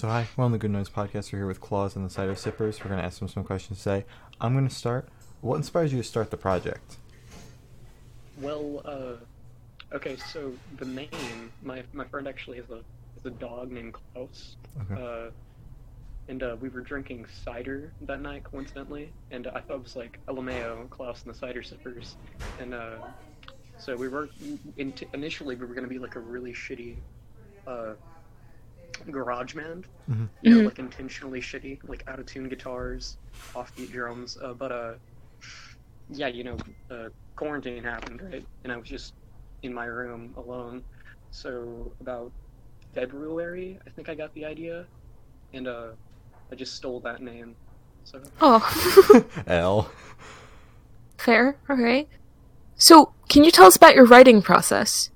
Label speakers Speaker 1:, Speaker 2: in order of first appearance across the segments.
Speaker 1: So hi, we're on the Good Noise Podcast. We're here with Claus and the Cider Sippers. We're going to ask them some questions today. I'm going to start. What inspires you to start the project?
Speaker 2: Well, uh, okay, so the name, my, my friend actually has a, has a dog named Klaus.
Speaker 1: Okay.
Speaker 2: Uh, and uh, we were drinking cider that night, coincidentally. And I thought it was like LMAO, Klaus and the Cider Sippers. And uh, so we were, in initially, we were going to be like a really shitty uh, garage band.
Speaker 1: Mhm.
Speaker 2: You know,
Speaker 3: Mhm.
Speaker 2: like intentionally shitty, like out of tune guitars, offbeat drums. Uh, but uh, yeah, you know, uh, quarantine happened, right? And I was just in my room alone. So about February, I think I got the idea, and uh, I just stole that name. So
Speaker 3: Oh,
Speaker 1: L.
Speaker 3: fair. All right. So, can you tell us about your writing process?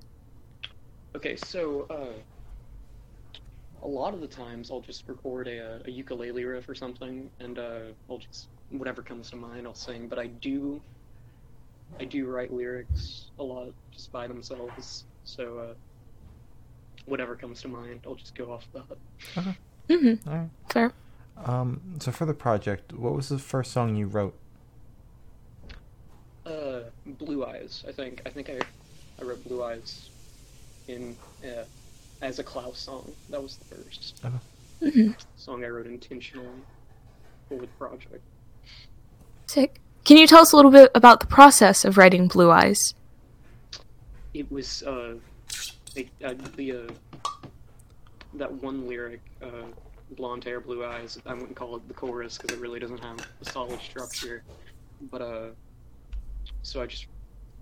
Speaker 2: okay, so uh, a lot of the times I'll just record a, uh, a ukulele riff or something, and uh, I'll just whatever comes to mind I'll sing. But I do, I do write lyrics a lot just by themselves. So uh, whatever comes to mind, I'll just go off that.
Speaker 3: hmm
Speaker 1: All right.
Speaker 3: Fair.
Speaker 1: Um, so for the project, what was the first song you wrote?
Speaker 2: Uh, Blue Eyes. I think. I think I, I wrote Blue Eyes, in uh, as a Klaus song. That was the first
Speaker 1: Oh.
Speaker 3: Mhm.
Speaker 2: song I wrote intentionally for the project.
Speaker 3: Sick. Can you tell us a little bit about the process of writing Blue Eyes?
Speaker 2: It was uh, they, uh the uh, that one lyric, uh, blonde hair, blue eyes. I wouldn't call it the chorus because it really doesn't have a solid structure. But uh, so I just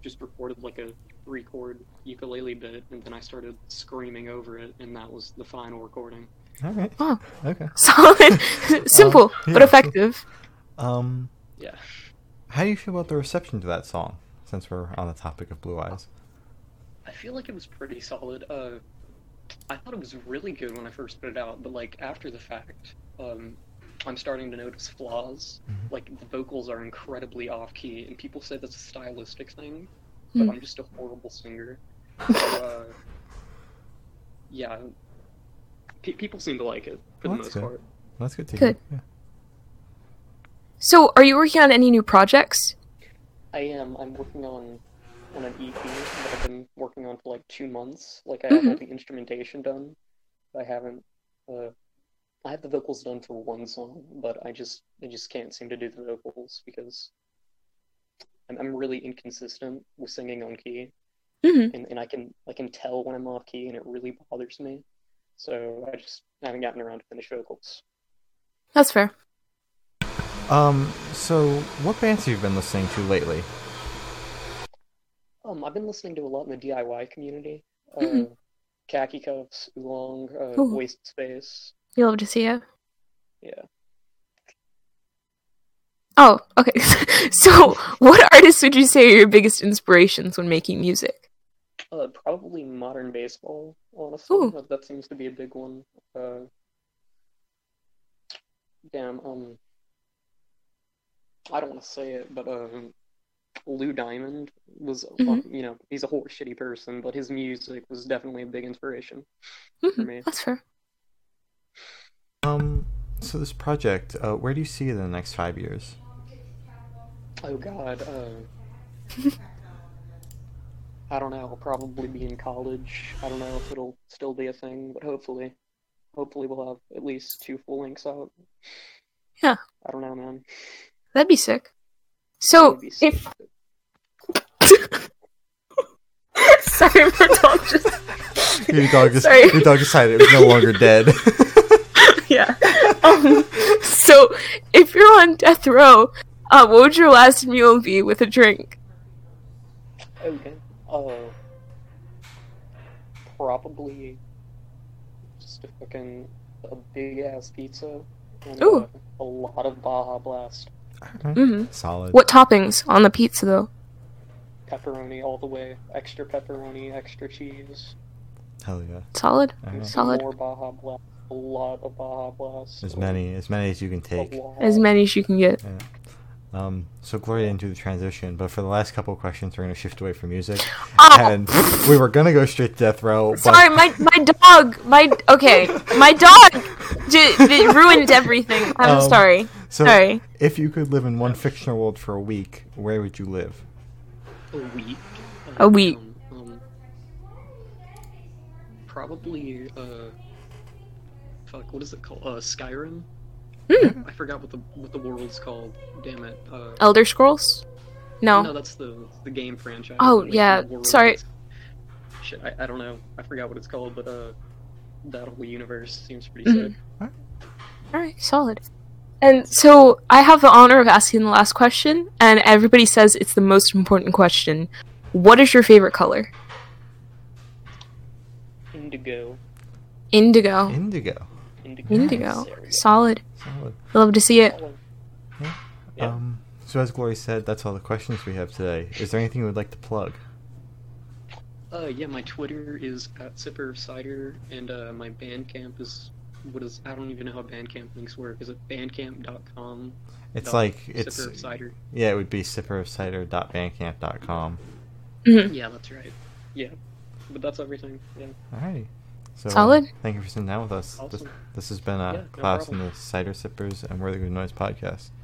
Speaker 2: just recorded like a three chord ukulele bit, and then I started screaming over it, and that was the final recording.
Speaker 1: All right.
Speaker 3: Oh.
Speaker 1: Okay.
Speaker 3: Solid, simple,
Speaker 1: yeah.
Speaker 3: but effective.
Speaker 1: Um,
Speaker 2: Yeah.
Speaker 1: how do you feel about the reception to that song? Since we're on the topic of Blue Eyes.
Speaker 2: I feel like it was pretty solid. Uh, I thought it was really good when I first put it out, but like after the fact, um, I'm starting to notice flaws.
Speaker 1: Mhm.
Speaker 2: Like the vocals are incredibly off key, and people say that's a stylistic thing, but
Speaker 3: Mm.
Speaker 2: I'm just a horrible singer. So, uh, yeah, pe- people seem to like it for
Speaker 1: Well,
Speaker 2: the
Speaker 1: that's
Speaker 2: most
Speaker 1: good.
Speaker 2: part.
Speaker 1: That's good to
Speaker 3: Good.
Speaker 1: hear.
Speaker 3: So, are you working on any new projects?
Speaker 2: I am. I'm working on on an EP that I've been working on for like two months. Like I
Speaker 3: Mhm.
Speaker 2: have the instrumentation done. I haven't. Uh, I have the vocals done for one song, but I just I just can't seem to do the vocals because I'm, I'm really inconsistent with singing on key,
Speaker 3: hmm
Speaker 2: and, and I can I can tell when I'm off key, and it really bothers me. So I just haven't gotten around to finish vocals.
Speaker 3: That's fair.
Speaker 1: Yeah. Um, so what bands have you been listening to lately?
Speaker 2: Um, I've been listening to a lot in the DIY community. Uh,
Speaker 3: Mhm.
Speaker 2: Khaki Cuffs, Oolong, uh,
Speaker 3: Ooh.
Speaker 2: Waste Space.
Speaker 3: You love to see it.
Speaker 2: Yeah.
Speaker 3: Oh, okay. so, what artists would you say are your biggest inspirations when making music?
Speaker 2: Uh, probably modern baseball, honestly.
Speaker 3: Ooh.
Speaker 2: That, that seems to be a big one. Uh, damn, um, I don't want to say it, but um, Lou Diamond was, uh,
Speaker 3: Mhm.
Speaker 2: you know, he's a horse shitty person, but his music was definitely a big inspiration for
Speaker 3: Mhm.
Speaker 2: me.
Speaker 3: That's fair.
Speaker 1: Um, so this project, uh, where do you see it in the next five years?
Speaker 2: Oh God, uh, I don't know. I'll probably be in college. I don't know if it'll still be a thing, but hopefully, hopefully we'll have at least two full links out.
Speaker 3: Yeah.
Speaker 2: I don't know, man.
Speaker 3: That'd be sick. So,
Speaker 2: Maybe six.
Speaker 3: if sorry, my dog just
Speaker 1: Your dog just,
Speaker 3: Sorry.
Speaker 1: your dog decided it was no longer dead.
Speaker 3: yeah. Um, so, if you're on death row, uh, what would your last meal be with a drink?
Speaker 2: okay, uh, probably just a fucking a big ass pizza and
Speaker 3: Ooh.
Speaker 2: uh, a lot of Baja Blast
Speaker 1: Okay.
Speaker 3: hmm
Speaker 1: Solid.
Speaker 3: What toppings on the pizza, though?
Speaker 2: pepperoni all the way, extra pepperoni, extra cheese.
Speaker 1: Hell yeah.
Speaker 3: Solid.
Speaker 1: Alright.
Speaker 2: Some
Speaker 3: Solid.
Speaker 2: More Baja Blast. A lot of Baja Blast.
Speaker 1: As many as many as you can
Speaker 2: A
Speaker 1: take.
Speaker 2: lot.
Speaker 3: As many as you can get.
Speaker 1: Yeah. Um, so Gloria didn't do the transition, but for the last couple of questions, we're going to shift away from music,
Speaker 3: Oh.
Speaker 1: and we were going to go straight to death row. But
Speaker 3: Sorry, my my dog, my okay, my dog j- it ruined everything. I'm
Speaker 1: Um,
Speaker 3: sorry.
Speaker 1: so
Speaker 3: sorry.
Speaker 1: if you could live in one fictional world for a week, where would you live?
Speaker 2: A week.
Speaker 3: A week.
Speaker 2: Um, um, probably. Uh, fuck. What is it called? Uh, Skyrim.
Speaker 3: Hmm.
Speaker 2: I forgot what the what the world's called. Damn it. Uh,
Speaker 3: Elder Scrolls? No.
Speaker 2: No, that's the that's the game franchise.
Speaker 3: Oh,
Speaker 2: Like,
Speaker 3: yeah,
Speaker 2: the world
Speaker 3: sorry.
Speaker 2: is- Shit, I, I don't know. I forgot what it's called, but uh, that whole universe seems pretty
Speaker 3: Mhm.
Speaker 2: sick.
Speaker 3: All right, solid. And so I have the honor of asking the last question, and everybody says it's the most important question. What is your favorite color?
Speaker 2: Indigo.
Speaker 3: Indigo.
Speaker 1: Indigo.
Speaker 2: Indigo.
Speaker 3: Indigo.
Speaker 2: There
Speaker 3: Solid.
Speaker 1: Solid.
Speaker 3: Love to see
Speaker 2: we
Speaker 3: it.
Speaker 2: go. Yeah.
Speaker 1: Um, so as Glory said, that's all the questions we have today. Is there anything you would like to plug?
Speaker 2: Uh, yeah, my Twitter is at Sipper Cider, and uh, my Bandcamp is what is I don't even know how Bandcamp links work. Is it Bandcamp.com?
Speaker 1: It's
Speaker 2: No,
Speaker 1: like it's
Speaker 2: Sipper Cider.
Speaker 1: yeah, it would be sipperofcider.bandcamp.com.
Speaker 3: Mhm.
Speaker 2: Yeah, that's right. Yeah, but that's everything. Yeah.
Speaker 1: Alrighty. So, uh,
Speaker 3: Solid.
Speaker 1: thank you for sitting down with us. This,
Speaker 2: Awesome.
Speaker 1: this has been a
Speaker 2: Yeah, no
Speaker 1: class in
Speaker 2: problem.
Speaker 1: the Cider Sippers and We're the Good Noise podcast.